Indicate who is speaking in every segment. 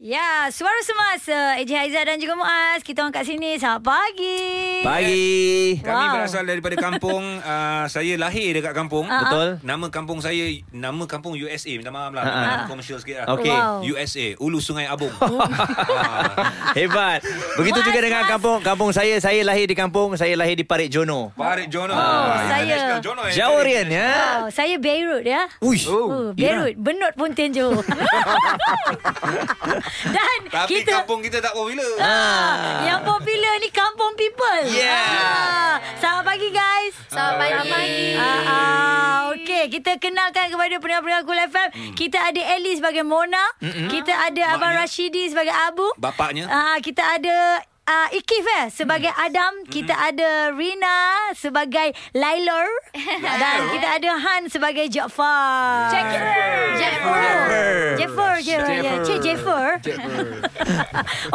Speaker 1: Ya, suara semasa. Eji Haizat dan juga Muaz. Kita orang kat sini. Selamat pagi.
Speaker 2: Pagi.
Speaker 1: Wow.
Speaker 3: Kami berasal daripada kampung uh, Saya lahir dekat kampung
Speaker 1: Ah,
Speaker 2: Betul?
Speaker 3: Nama kampung saya Nama kampung USA Minta maaf lah
Speaker 2: Ah,
Speaker 3: uh-huh.
Speaker 1: ah. Oh.
Speaker 3: Komersial sikit lah
Speaker 2: Okey.
Speaker 1: Wow.
Speaker 3: USA Ulu Sungai Abung Ah.
Speaker 2: Hebat. Begitu
Speaker 1: Mas,
Speaker 2: juga dengan
Speaker 1: mas.
Speaker 2: kampung kampung saya. Saya lahir di kampung, saya lahir di Parit Jono.
Speaker 3: Parit Jono
Speaker 1: Oh, saya.
Speaker 3: International Jono
Speaker 2: Jawarian ya.
Speaker 1: Wow, saya Beirut ya.
Speaker 2: Uish.
Speaker 1: Oh, Beirut, Benut Pontian Johor. dan
Speaker 3: Tapi
Speaker 1: kita
Speaker 3: kampung kita tak popular
Speaker 1: Ah, yang popular ni kampung people.
Speaker 2: Yeah.
Speaker 1: Ah, selamat pagi guys.
Speaker 4: Selamat pagi. Selamat pagi.
Speaker 1: Ah, ah, okey, kita kenalkan kepada pendengar-pendengar Cool FM. Kita ada Ellie sebagai Mona, kita ada Abang
Speaker 3: Maknya.
Speaker 1: Rashidi sebagai Abu.
Speaker 3: Bapaknya
Speaker 1: Ah, kita ada Uh, Ikif eh sebagai
Speaker 3: Hmm.
Speaker 1: Adam, kita ada Rina sebagai Lailor dan kita ada Han sebagai Jaafar. Jeffer. Jeffer. Jeffer. Jeffer. Ya, Cik Jeffer.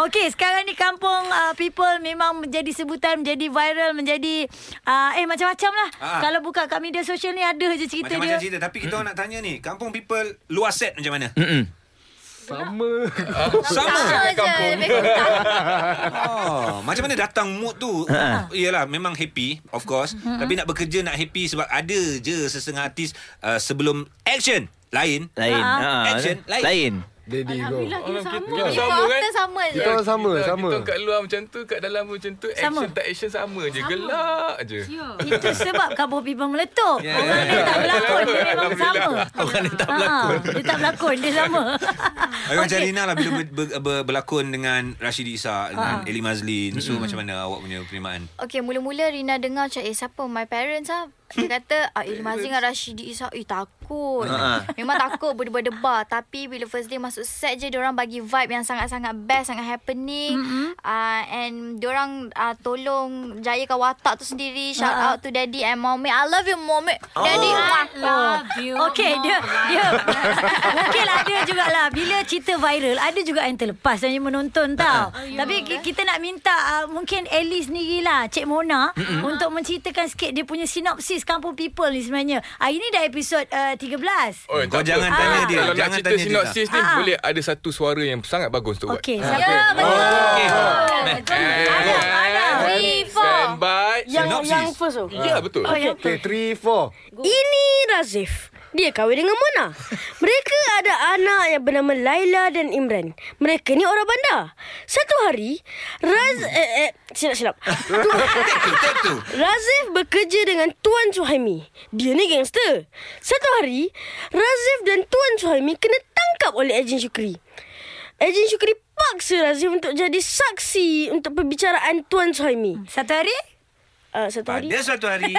Speaker 1: Okey, sekarang ni kampung uh, people memang menjadi sebutan, menjadi viral, menjadi uh, eh macam-macam lah.
Speaker 3: Ah.
Speaker 1: Kalau buka kat media sosial ni ada je cerita
Speaker 3: Macam-macam
Speaker 1: dia.
Speaker 3: cerita Tapi kita orang nak tanya ni Kampung people Luar set macam mana
Speaker 2: Mm-mm.
Speaker 3: Sama
Speaker 4: je. Lebih kurang.
Speaker 3: oh, Macam mana datang mood tu
Speaker 1: Ah.
Speaker 3: Yelah memang happy Of course Tapi nak bekerja nak happy Sebab ada je Sesengah artis uh, Sebelum action Lain
Speaker 2: Lain.
Speaker 1: Ah.
Speaker 2: Ah,
Speaker 3: Action, lain.
Speaker 2: Lain.
Speaker 5: Daddy go.
Speaker 6: Orang kita
Speaker 4: Before after sama je.
Speaker 5: Kita orang sama,
Speaker 6: kita,
Speaker 5: sama.
Speaker 6: Kita kat luar macam tu, kat dalam macam tu. Action
Speaker 1: Sama. Ya.
Speaker 6: tak action sama je. Gelak je.
Speaker 1: Itu sebab kampung people meletup.
Speaker 3: Yeah.
Speaker 1: Orang ni tak berlakon, dia memang
Speaker 6: Alhamdulillah.
Speaker 1: sama.
Speaker 3: Orang ni tak
Speaker 1: Ah,
Speaker 3: berlakon
Speaker 1: dia tak berlakon, dia sama.
Speaker 3: Okey. Macam Rina lah bila ber, ber, ber, berlakon dengan Rashidi Isa dengan Eli Mazlin. So macam mana awak punya penerimaan?
Speaker 4: Okay, mula-mula Rina dengar macam, eh siapa? My parents lah. Dia kata, ah, Ilma Zin dengan Rashidi Isa, eh takut.
Speaker 2: Ha.
Speaker 4: Memang takut berdebar-debar. Tapi bila first day masuk set je, diorang bagi vibe yang sangat-sangat best, sangat happening. Ah, and diorang ah, tolong jayakan watak tu sendiri. Shout
Speaker 1: Ha. Oh.
Speaker 4: out to Daddy and Mommy. I love you, Mommy. Daddy, ah, wah.
Speaker 1: Okey dia dia mungkinlah ada jugalah bila cerita viral ada juga yang terlepas dan yang menonton tau. Tapi ki- kita nak minta uh, mungkin Ellie sendirilah Cik Mona untuk menceritakan sikit dia punya sinopsis Kampung People ni sebenarnya. Ah ini dah episod uh, 13.
Speaker 6: Oh,
Speaker 3: Kau
Speaker 6: tak
Speaker 3: jangan
Speaker 6: apa.
Speaker 3: tanya dia.
Speaker 6: Kalau
Speaker 3: Jangan
Speaker 6: nak cerita
Speaker 3: tanya dia
Speaker 6: sinopsis ni,
Speaker 1: Ah.
Speaker 6: boleh ada satu suara yang sangat bagus untuk buat.
Speaker 1: Okey,
Speaker 6: Eh,
Speaker 4: Ya,
Speaker 1: siapa?
Speaker 4: betul.
Speaker 3: Okey.
Speaker 1: Ada, ada.
Speaker 4: Three, four.
Speaker 6: eh, Stand by.
Speaker 7: Yang
Speaker 3: Sinopsis.
Speaker 7: Oh, yang first tu.
Speaker 6: Ya, betul.
Speaker 1: yang
Speaker 5: Okay, three, four.
Speaker 7: Ini Razif. Dia kahwin dengan Mona. Mereka ada anak yang bernama Laila dan Imran. Mereka ni orang bandar. Satu hari, Raz... Eh, eh, silap-silap.
Speaker 3: Take two, take two.
Speaker 7: Razif bekerja dengan Tuan Suhaimi. Dia ni gangster. Satu hari, Razif dan Tuan Suhaimi kena tangkap oleh Ejen Syukri. Ejen Syukri paksa Razif untuk jadi saksi untuk perbicaraan Tuan Suhaimi.
Speaker 1: Satu hari?
Speaker 7: Uh, satu hari...
Speaker 3: Pada suatu hari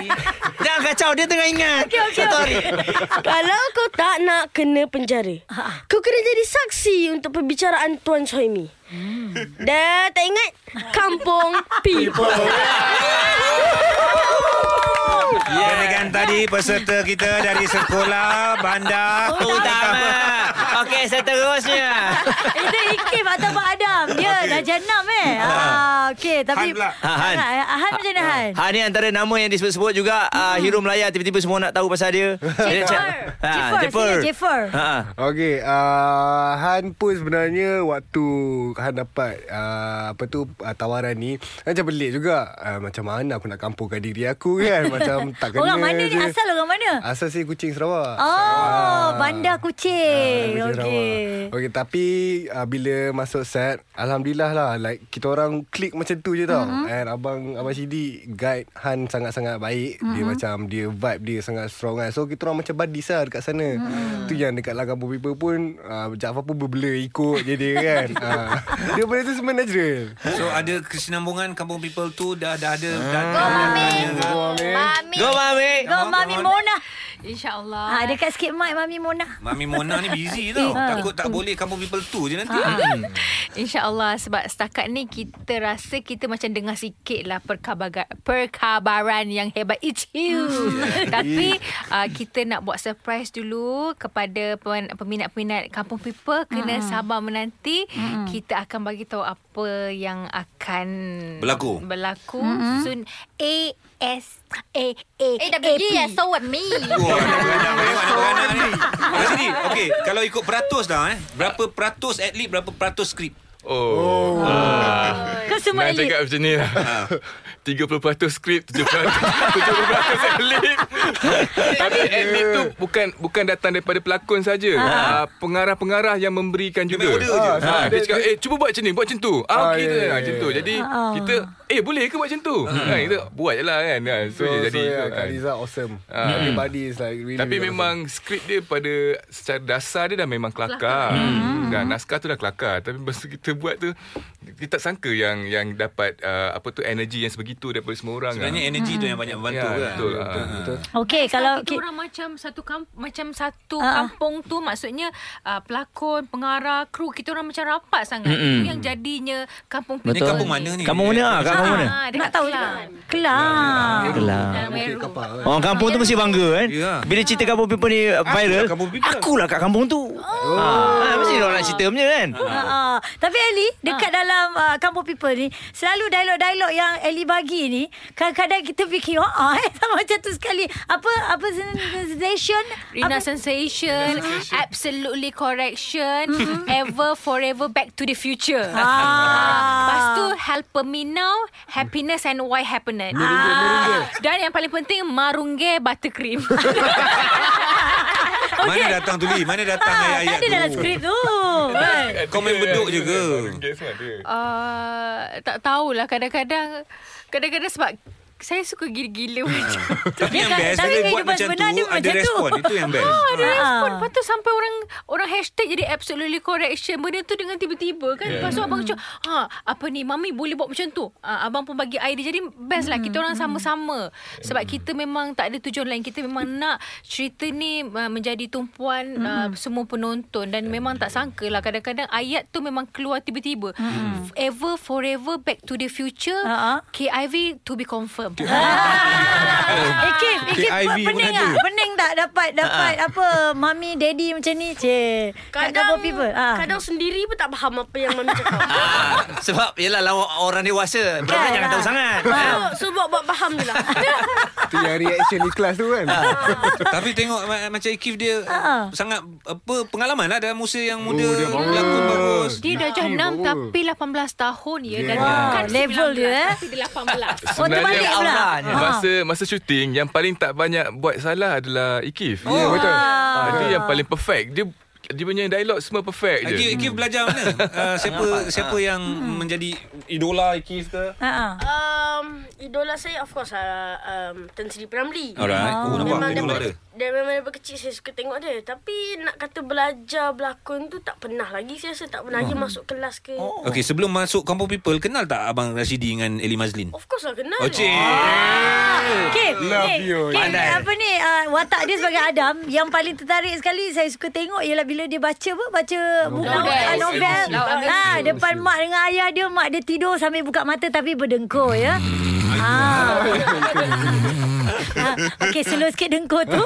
Speaker 2: Jangan kacau, dia tengah ingat.
Speaker 1: Okey, okey.
Speaker 2: Satu hari.
Speaker 7: Kalau kau tak nak kena penjara
Speaker 1: Ha,
Speaker 7: Kau kena jadi saksi Untuk perbicaraan Tuan Suhaimi
Speaker 1: Hmm.
Speaker 7: Dah tak ingat Kampung People
Speaker 3: yeah. Demikian tadi peserta kita dari sekolah, bandar
Speaker 2: Utama. Okey, seterusnya.
Speaker 1: Itu Ikif atau Pak Adam. Dia dah jenam eh. Ah okey tapi
Speaker 3: Han pula.
Speaker 2: Ah, Han.
Speaker 1: Ah, Han macam mana Han?
Speaker 2: Ha ni antara nama yang disebut-sebut juga
Speaker 1: Hmm.
Speaker 2: ah, hero Melaya tiba-tiba semua nak tahu pasal dia. Dia cak- Ah,
Speaker 1: Jafar,
Speaker 2: Jafar.
Speaker 1: sini Jafar.
Speaker 2: Ha. ah.
Speaker 5: Okay, uh, Han pun sebenarnya waktu Han dapat uh, apa tu uh, tawaran ni macam pelik juga. Uh, macam mana aku nak kampungkan diri aku kan? Macam tak kena.
Speaker 1: Orang mana ni?
Speaker 5: je.
Speaker 1: Asal orang mana?
Speaker 5: Asal saya Kuching Sarawak.
Speaker 1: Oh,
Speaker 5: Ah.
Speaker 1: bandar kucing.
Speaker 5: Ah, Rawa.
Speaker 1: Okey.
Speaker 5: Okey tapi uh, bila masuk set alhamdulillah lah like kita orang klik macam tu je tau. Mm-hmm. And abang abang Sidi guide Han sangat-sangat baik. Mm-hmm. Dia macam dia vibe dia sangat strong kan. So kita orang macam buddies lah dekat sana. Mm-hmm. Tu yang dekat Langkampung People pun uh, Jaafar pun berbela ikut je dia kan. uh, dia benda tu semua natural.
Speaker 3: So ada kesinambungan kampung people tu dah dah ada dah, dah,
Speaker 4: Go,
Speaker 3: dah
Speaker 4: Mami.
Speaker 3: tanya.
Speaker 4: Mami.
Speaker 2: Go, Mami.
Speaker 1: Go Mami Mona. Ha,
Speaker 4: InsyaAllah.
Speaker 1: dekat sikit mic Mami Mona.
Speaker 3: Mami Mona ni busy tau. Takut tak boleh kampung people tu je nanti.
Speaker 8: InsyaAllah sebab setakat ni kita rasa kita macam dengar sikit lah perkabaran, perkabaran yang hebat itu. Tapi uh, kita nak buat surprise dulu kepada pemin- peminat-peminat Kampung People. Kena sabar menanti. Kita akan bagi tahu apa yang akan
Speaker 3: Berlaku.
Speaker 8: berlaku. So,
Speaker 1: A S A A
Speaker 4: Eh,
Speaker 1: A
Speaker 4: dah
Speaker 1: P.
Speaker 4: pergi. So what me?
Speaker 3: Oh, anak beranak, memang anak beranak ni. Mas Sidi, okey, kalau ikut peratus dah eh, berapa peratus atlet, berapa peratus skrip?
Speaker 6: Oh. oh.
Speaker 1: Kau semua
Speaker 6: Nak
Speaker 1: elit.
Speaker 6: cakap macam ni lah 30% skrip 70% 70% edit Tapi edit tu Bukan bukan datang daripada pelakon saja Ah, Pengarah-pengarah yang memberikan
Speaker 3: Dia
Speaker 6: juga
Speaker 3: main order je.
Speaker 6: Ah, Dia
Speaker 5: Dia-
Speaker 6: cakap Eh cuba buat macam ni Buat macam tu Ah,
Speaker 5: Ah,
Speaker 6: Okey tu
Speaker 5: ya,
Speaker 6: lah,
Speaker 5: ya, ya,
Speaker 6: Macam
Speaker 5: ya.
Speaker 6: tu Jadi kita Eh boleh ke buat macam tu Kan, Kita buat je lah kan Ah, So
Speaker 5: So, so,
Speaker 6: je
Speaker 5: jadi
Speaker 6: jadi
Speaker 5: yeah,
Speaker 6: tu,
Speaker 5: Kak
Speaker 6: kan.
Speaker 5: Liza awesome.
Speaker 6: Ah.
Speaker 5: Everybody is like really
Speaker 6: Tapi
Speaker 5: really
Speaker 6: memang skrip dia pada secara dasar dia dah memang kelakar. Hmm. Dan naskah tu dah kelakar. Tapi masa kita buat tu kita tak sangka yang yang dapat uh, apa tu energi yang sebegitu daripada semua orang. kan?
Speaker 3: Sebenarnya energi tu yang banyak membantu
Speaker 6: Ya,
Speaker 3: kan.
Speaker 6: betul.
Speaker 5: awesome. Betul.
Speaker 1: Okey, Eh, kalau
Speaker 8: Kalau kita
Speaker 1: ki-
Speaker 8: orang macam satu kamp, macam satu
Speaker 1: Ah, ah.
Speaker 8: kampung tu maksudnya uh, pelakon, pengarah, kru kita orang macam rapat sangat. Mm-mm. Itu yang jadinya kampung
Speaker 3: Ni
Speaker 2: Betul.
Speaker 3: kampung mana ni?
Speaker 2: Kamu mana? Ah, kamu mana?
Speaker 8: Ah, dekat
Speaker 1: nak tahu juga.
Speaker 8: Kelang.
Speaker 1: Kelang.
Speaker 2: Kelang.
Speaker 5: Ah,
Speaker 8: Dalam Meru.
Speaker 2: Orang kampung tu mesti bangga kan
Speaker 3: Ya. lah
Speaker 2: Bila cerita kampung people ni uh, viral
Speaker 3: kampung people.
Speaker 2: Akulah kat kampung tu oh. ha, Mesti orang nak cerita punya kan
Speaker 3: Ah.
Speaker 1: Ha. Tapi Ellie
Speaker 4: Ah.
Speaker 1: dekat ha. dalam uh, kampung people ni selalu dialog-dialog yang Ellie bagi ni kadang-kadang kita fikir oh, oh eh sama macam tu sekali. Apa apa sensation
Speaker 8: Rina
Speaker 1: apa?
Speaker 8: Sensation, Absolutely Correction, Ever Forever Back to the Future.
Speaker 1: Ah.
Speaker 8: Lepas tu Helper Me Now, Happiness and Why Happened. Ah. Dan yang paling penting Marungge Buttercream.
Speaker 3: Mana datang tu Li? Mana datang
Speaker 1: Ha, tak
Speaker 3: ayat-ayat
Speaker 1: ada dalam
Speaker 3: tu?
Speaker 1: skrip tu. Kan?
Speaker 3: Kau main beduk je ke?
Speaker 6: kan, Oh,
Speaker 8: uh, tak tahulah kadang-kadang kadang-kadang sebab saya suka gila-gila macam
Speaker 3: Tapi
Speaker 1: Dia
Speaker 3: yang
Speaker 1: kan-
Speaker 3: best
Speaker 1: tapi
Speaker 3: bila buat
Speaker 1: kehidupan
Speaker 3: macam
Speaker 1: sebenar
Speaker 3: tu
Speaker 1: dia
Speaker 3: ada
Speaker 1: macam tu. Oh,
Speaker 3: respon. Itu yang best.
Speaker 8: ada respon Lepas tu sampai orang Orang hashtag jadi Absolutely correction Benda tu dengan tiba-tiba kan Lepas tu abang cakap ha, Apa ni Mami boleh buat macam tu ha, Abang pun bagi idea Jadi best lah Kita orang sama-sama Sebab kita memang Tak ada tujuan lain Kita memang nak Cerita ni uh, Menjadi tumpuan uh, Semua penonton Dan memang tak sangka lah Kadang-kadang ayat tu Memang keluar tiba-tiba Ever forever Back to the future
Speaker 1: Ha-ha.
Speaker 8: KIV to be confirmed
Speaker 1: Eh, Kif, eh, Kif,
Speaker 3: KIV pun
Speaker 1: pening
Speaker 3: ada.
Speaker 1: tak? Pening tak dapat dapat apa mami daddy macam ni? Cik. Kat kampung
Speaker 7: Kadang
Speaker 1: people. Ha.
Speaker 7: kadang sendiri pun tak faham apa yang mami cakap.
Speaker 2: Ah, sebab yelah lawak orang dewasa Mereka
Speaker 1: Kan,
Speaker 2: jangan
Speaker 1: ah.
Speaker 2: tahu sangat
Speaker 7: So, so buat-buat faham je lah.
Speaker 5: Itu yang reaction di kelas tu kan.
Speaker 3: Tapi tengok ma- macam Ikif dia
Speaker 1: Ah.
Speaker 3: sangat apa pengalaman lah dalam usia yang muda.
Speaker 5: dia bagus.
Speaker 3: Lakon bagus.
Speaker 8: Dia dah
Speaker 5: Okey,
Speaker 8: jenam
Speaker 5: bagus.
Speaker 8: tapi 18 tahun ya yeah. dan
Speaker 5: Wow,
Speaker 8: bukan
Speaker 1: level
Speaker 8: 19,
Speaker 1: dia, eh.
Speaker 8: Tapi dia 18.
Speaker 1: Oh, terbalik
Speaker 6: Sebenarnya
Speaker 1: pula.
Speaker 2: auranya.
Speaker 1: Ha.
Speaker 6: Masa masa syuting yang paling tak banyak buat salah adalah Ikif.
Speaker 5: Ya, betul.
Speaker 6: Ah, dia yang paling perfect. Dia dia punya dialog semua perfect
Speaker 3: Ikif,
Speaker 6: je.
Speaker 3: Ikif belajar mana? Ah, Hmm. siapa siapa yang menjadi idola Ikif ke?
Speaker 1: Ha. ha.
Speaker 7: Um, idola saya of course uh, um, Tan Sri Pramli.
Speaker 3: Alright. Oh, nampak
Speaker 7: Memang
Speaker 3: idola
Speaker 7: daripada,
Speaker 3: dia.
Speaker 7: dia memang daripada kecil saya suka tengok dia. Tapi nak kata belajar berlakon tu tak pernah lagi. Saya rasa tak pernah lagi masuk kelas ke.
Speaker 1: Oh.
Speaker 3: Okey, sebelum masuk Kampung People, kenal tak Abang Rashidi dengan Eli Mazlin?
Speaker 7: Of course lah kenal.
Speaker 3: Oh, cik.
Speaker 7: Ah.
Speaker 1: Kif,
Speaker 5: Love
Speaker 1: Kif,
Speaker 5: you.
Speaker 1: Kif,
Speaker 2: Pandai.
Speaker 1: apa ni uh, watak dia sebagai Adam yang paling tertarik sekali saya suka tengok ialah bila dia baca apa baca buku
Speaker 8: Novel.
Speaker 1: ah, novel.
Speaker 8: Laut Amis.
Speaker 1: Ha depan mak dengan ayah dia mak dia tidur sambil buka mata tapi berdengkur ya. Ha. ha. Okey slow sikit dengkur tu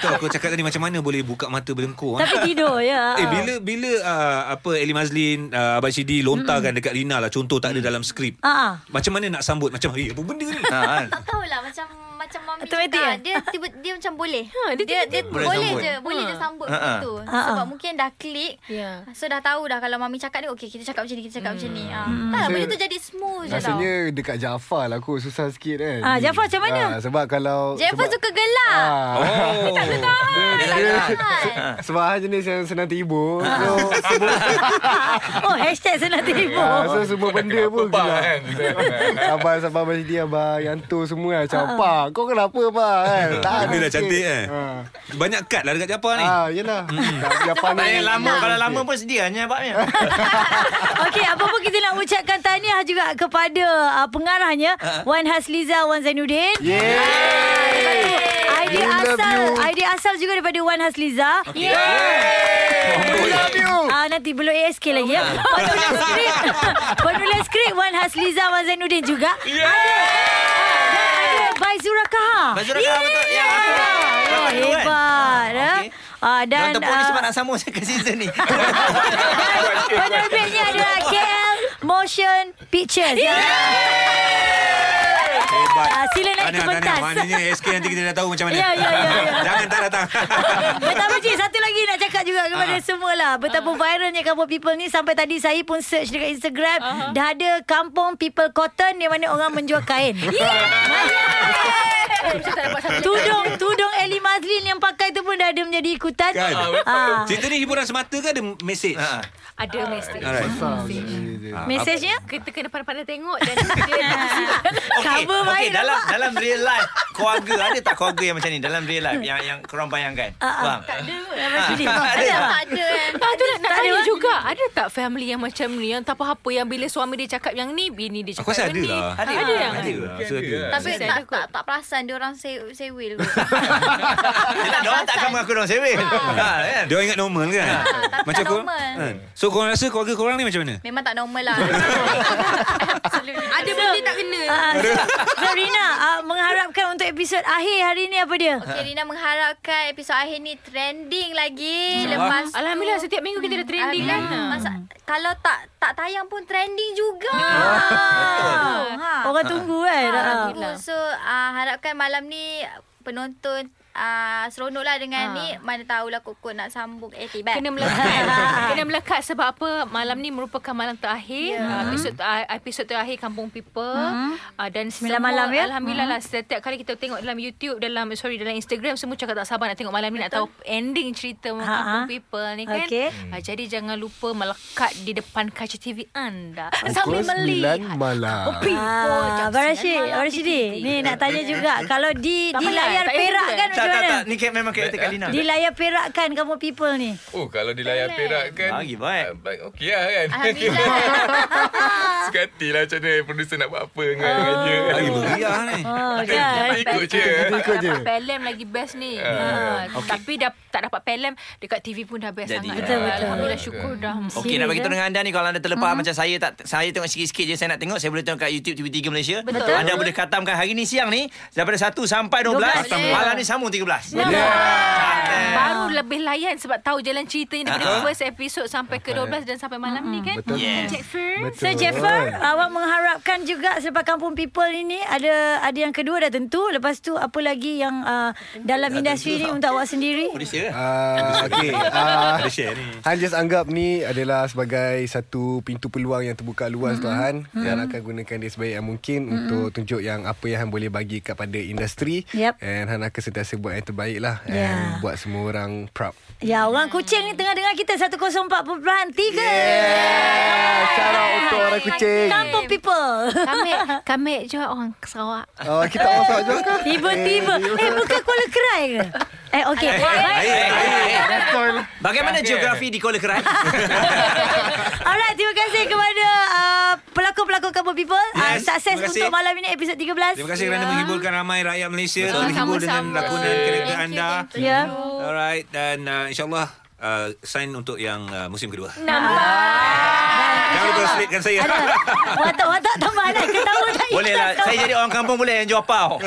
Speaker 3: Betul aku cakap tadi macam mana boleh buka mata berdengkur.
Speaker 1: tapi
Speaker 3: ah?
Speaker 1: tidur ya.
Speaker 3: Eh bila bila uh, apa Eli Mazlin uh, Abang Sidi lontarkan dekat Lina lah contoh tak ada dalam skrip.
Speaker 1: Ah, ah.
Speaker 3: Macam mana nak sambut macam eh apa benda ni?
Speaker 2: ha, kan?
Speaker 4: Tak tahulah macam macam mami
Speaker 1: Automatic eh?
Speaker 4: cakap. Dia tiba dia macam boleh.
Speaker 8: Ha,
Speaker 4: dia
Speaker 8: dia
Speaker 4: dia, dia
Speaker 2: Boleh
Speaker 4: boleh,
Speaker 2: sambut.
Speaker 4: je, boleh je sambut
Speaker 2: Ha, ha.
Speaker 4: begitu.
Speaker 1: Ha, ha.
Speaker 4: Sebab mungkin dah klik.
Speaker 8: Ya.
Speaker 4: Ah, So dah tahu dah kalau mami cakap dia okey kita cakap macam ni, kita cakap macam ni. Ha. Tak lah, benda tu jadi smooth je tau.
Speaker 5: Rasanya dekat Jaafar lah aku susah sikit kan.
Speaker 1: Ah, Jaafar macam mana?
Speaker 5: Ah, sebab kalau
Speaker 4: Jennifer
Speaker 5: sebab,
Speaker 4: suka gelak.
Speaker 5: Oh.
Speaker 3: tak boleh
Speaker 5: Dia, dia,
Speaker 4: Kan?
Speaker 3: Oh.
Speaker 5: sebab Han jenis yang senang tiba. So semua
Speaker 1: Oh hashtag senang
Speaker 5: ah,
Speaker 1: tidur.
Speaker 5: so semua benda pun
Speaker 6: Apa
Speaker 5: gelap.
Speaker 6: kan?
Speaker 5: Abang sabar Abang Sidi Abang Yanto semua Macam Pak Kau kenapa Pak kan? Tak
Speaker 3: Benda dah
Speaker 5: sikit.
Speaker 3: cantik eh.
Speaker 5: Ah.
Speaker 3: Banyak kad lah dekat Japar ni.
Speaker 5: Ah, yelah Tak biar
Speaker 2: Tak
Speaker 5: pandai
Speaker 2: payah lama Kalau lama pun sedia hanya abangnya
Speaker 1: Okey, apa pun kita nak ucapkan tahniah juga kepada uh, pengarahnya
Speaker 5: Ha.
Speaker 1: Wan Hasliza Wan Zainuddin.
Speaker 5: Yeay
Speaker 1: Idea
Speaker 5: We love
Speaker 1: asal
Speaker 5: you.
Speaker 1: idea asal juga daripada Wan Hasliza. Okay.
Speaker 5: We love you
Speaker 1: Ah nanti belum ASK lagi ya. Penulis skrip. Penulis skrip Wan Hasliza Wan Zainuddin juga. Yeah. Ada ada Bai Zura Kaha.
Speaker 2: Baju rakam betul Ya aku
Speaker 1: Ah,
Speaker 2: Aku dulu, kan?
Speaker 1: hebat.
Speaker 2: Ah,
Speaker 1: eh.
Speaker 2: okey.
Speaker 1: Ah,
Speaker 2: Dan
Speaker 1: dan
Speaker 2: tepuk ni
Speaker 1: ah,
Speaker 2: sebab nak sambung saya ke season ni
Speaker 1: penerbitnya adalah KL Motion Pictures. Yeah.
Speaker 3: hebat.
Speaker 1: Ya. Ah, sila naik
Speaker 3: Tahniah,
Speaker 1: ke pentas.
Speaker 3: tahniah. Maknanya SK nanti kita dah tahu macam mana.
Speaker 1: Ya, ya, ya, Ah. ya.
Speaker 3: Jangan tak datang.
Speaker 1: Betapa cik Satu lagi nak cakap juga Kepada
Speaker 3: Ah.
Speaker 1: semua lah Betapa viralnya Kampung People ni Sampai tadi saya pun search Dekat Instagram Dah ada Kampung People Cotton Di mana orang menjual kain
Speaker 8: Macam tak dapat satu
Speaker 1: Tudung Tudung Eli Mazlin Yang pakai tu pun Dah ada menjadi ikutan
Speaker 3: Kan?
Speaker 1: Ah.
Speaker 3: Cerita ni hiburan semata ke ada mesej?
Speaker 2: Ha.
Speaker 8: Ada mesej
Speaker 3: Alright.
Speaker 5: Ah,
Speaker 1: Mesejnya
Speaker 8: Kita kena pandai-pandai tengok Dan dia
Speaker 1: Cover
Speaker 2: okay,
Speaker 1: baik
Speaker 3: lah.
Speaker 2: dalam dalam real life keluarga ada tak keluarga yang macam ni dalam real life yang yang korang bayangkan?
Speaker 1: Ah, ah.
Speaker 2: Faham?
Speaker 1: Ada tak?
Speaker 4: Tak ada kan
Speaker 8: Ah, tu nak, nak
Speaker 1: Tak ada
Speaker 8: tanya
Speaker 1: orang-
Speaker 8: juga. Ada tak family yang macam ni yang tak apa-apa yang bila suami dia cakap yang ni, bini dia
Speaker 3: Aku rasa
Speaker 8: cakap yang
Speaker 3: ada
Speaker 8: ni.
Speaker 3: lah.
Speaker 2: Ada,
Speaker 8: ada yang
Speaker 2: ada. So, ada.
Speaker 4: Tapi
Speaker 8: Saya
Speaker 4: tak,
Speaker 8: takut.
Speaker 4: tak, tak perasan Dia orang sew- sewil
Speaker 2: Yelah, diorang tak akan mengaku diorang sewing.
Speaker 1: Ah.
Speaker 2: Ha, kan?
Speaker 3: Dia orang ingat normal kan?
Speaker 4: tak
Speaker 3: macam
Speaker 4: tak
Speaker 3: aku.
Speaker 4: normal.
Speaker 3: Ha. So korang rasa keluarga korang ni macam mana?
Speaker 4: Memang tak normal lah
Speaker 8: Ada benda tak kena.
Speaker 1: Ah, so Rina ah, mengharapkan untuk episod akhir hari ni apa dia?
Speaker 2: Ha.
Speaker 4: Okay Rina mengharapkan Episod akhir ni Trending lagi Lepas tu-
Speaker 8: Alhamdulillah setiap minggu kita ada trending kan.
Speaker 4: Alhamdulillah. Masa, kalau tak tak tayang pun trending juga. Ha.
Speaker 1: Ah, Orang tunggu kan. Ah.
Speaker 4: Alhamdulillah. So uh, harapkan malam ni penonton uh, seronok lah dengan
Speaker 8: Ah.
Speaker 4: ni. Mana tahulah Koko nak sambung eh tiba.
Speaker 8: Kena melekat Kena melekat sebab apa Malam ni merupakan malam terakhir
Speaker 1: Ya.
Speaker 8: yeah. Episod uh, episod terakhir Kampung People uh, Dan
Speaker 1: Hmm. Sembilan
Speaker 8: semua
Speaker 1: malam, ya?
Speaker 8: Alhamdulillah lah Setiap kali kita tengok dalam YouTube Dalam sorry dalam Instagram Semua cakap tak sabar nak tengok malam ni Nak tahu ending cerita
Speaker 1: Ha,
Speaker 8: Kampung
Speaker 1: ha.
Speaker 8: People ni kan
Speaker 1: Okey.
Speaker 8: uh, Jadi jangan lupa melekat di depan kaca TV anda
Speaker 5: Pukul 9 malam.
Speaker 8: Kopi. Oh,
Speaker 1: Ah,
Speaker 8: jam
Speaker 1: Barashid,
Speaker 8: sembilan malam,
Speaker 1: Barashidi.
Speaker 8: TV.
Speaker 1: Ni nak tanya juga kalau di
Speaker 8: Tak
Speaker 1: di
Speaker 8: payah,
Speaker 1: layar
Speaker 8: tak payah
Speaker 1: perak
Speaker 8: juga.
Speaker 1: kan
Speaker 2: Eh, Tak,
Speaker 1: macam
Speaker 2: tak,
Speaker 1: mana?
Speaker 2: tak. Ni ke- memang kereta Kak Lina.
Speaker 1: Di layar perak kan kamu people ni.
Speaker 6: Oh kalau di layar perak kan
Speaker 2: Lagi baik.
Speaker 6: ah, baik Okey lah kan
Speaker 4: Alhamdulillah.
Speaker 6: Suka hati lah macam mana Producer nak buat apa Dengan, dengan dia
Speaker 3: Lagi meriah ni.
Speaker 1: Oh,
Speaker 8: Ah, ya,
Speaker 6: Kita
Speaker 1: kan.
Speaker 6: ikut je Ah,
Speaker 5: Ikut je.
Speaker 8: dapat pelem lagi best ni. Ha, Tapi dah tak dapat pelem dekat TV pun dah best
Speaker 2: Jadi.
Speaker 8: sangat.
Speaker 2: Betul,
Speaker 8: dah.
Speaker 1: betul.
Speaker 8: Alhamdulillah syukur dah.
Speaker 2: Okey nak bagi tahu dengan anda ni kalau anda terlepas macam saya tak saya tengok sikit-sikit je saya nak tengok saya boleh tengok kat YouTube TV3 Malaysia.
Speaker 8: Betul.
Speaker 2: Anda boleh katamkan hari ni siang ni daripada 1 sampai 12,
Speaker 1: 12.
Speaker 2: malam ni sambung 13.
Speaker 8: Baru lebih layan sebab tahu jalan ceritanya
Speaker 6: Ah,
Speaker 8: daripada
Speaker 2: Ha.
Speaker 8: first episode sampai ke 12 dan sampai malam ni kan.
Speaker 5: Betul.
Speaker 2: Yes.
Speaker 8: Jeffers.
Speaker 2: Oh.
Speaker 1: So Jeffer, awak mengharapkan juga sebab kampung people ini ada ada yang kedua dah tentu. Lepas tu apa lagi yang ah, dalam industri ni untuk awak sendiri?
Speaker 2: Boleh share ke?
Speaker 5: Ah, okay. Ah,
Speaker 3: Ada share ni.
Speaker 5: Han just anggap ni adalah sebagai satu pintu peluang yang terbuka luas mm-hmm. tuan Han mm-hmm. dan akan gunakan dia sebaik yang mungkin mm-hmm. untuk tunjuk yang apa yang Han boleh bagi kepada industri
Speaker 1: Yep.
Speaker 5: and Han akan sentiasa buat yang terbaik lah
Speaker 1: Yeah.
Speaker 5: and buat semua orang proud.
Speaker 1: Ya, orang Kuching ni tengah dengar kita 104.3.
Speaker 5: Yeah, shout out untuk orang kucing.
Speaker 1: Kampung people.
Speaker 8: Kami kami juga orang Sarawak.
Speaker 5: Oh, kita orang sok juga ke?
Speaker 1: Tiba-tiba. Eh, bukan Kuala Kerai ke? Eh, okey. Baik.
Speaker 2: Baik, baik.
Speaker 5: Betul.
Speaker 2: Bagaimana
Speaker 6: Okey.
Speaker 2: geografi di Kuala Kerai?
Speaker 1: Alright, terima kasih kepada uh, pelakon-pelakon Kampung People. Yes,
Speaker 3: Yes,
Speaker 1: uh, sukses
Speaker 3: terima kasih.
Speaker 1: untuk malam ini episod 13.
Speaker 3: Terima kasih kerana menghiburkan ramai rakyat Malaysia
Speaker 8: Betul.
Speaker 3: Terhibur
Speaker 8: Sama-sama.
Speaker 3: dengan lakonan karakter
Speaker 4: Thank you,
Speaker 3: anda
Speaker 4: thank you.
Speaker 1: Ya.
Speaker 3: Alright Dan uh, insyaAllah uh, Sign untuk yang uh, musim kedua Jangan lupa selitkan saya
Speaker 1: Ada watak-watak tambahan eh. Ketawa tak
Speaker 2: boleh lah. Saya jadi orang kampung boleh yang jual pau.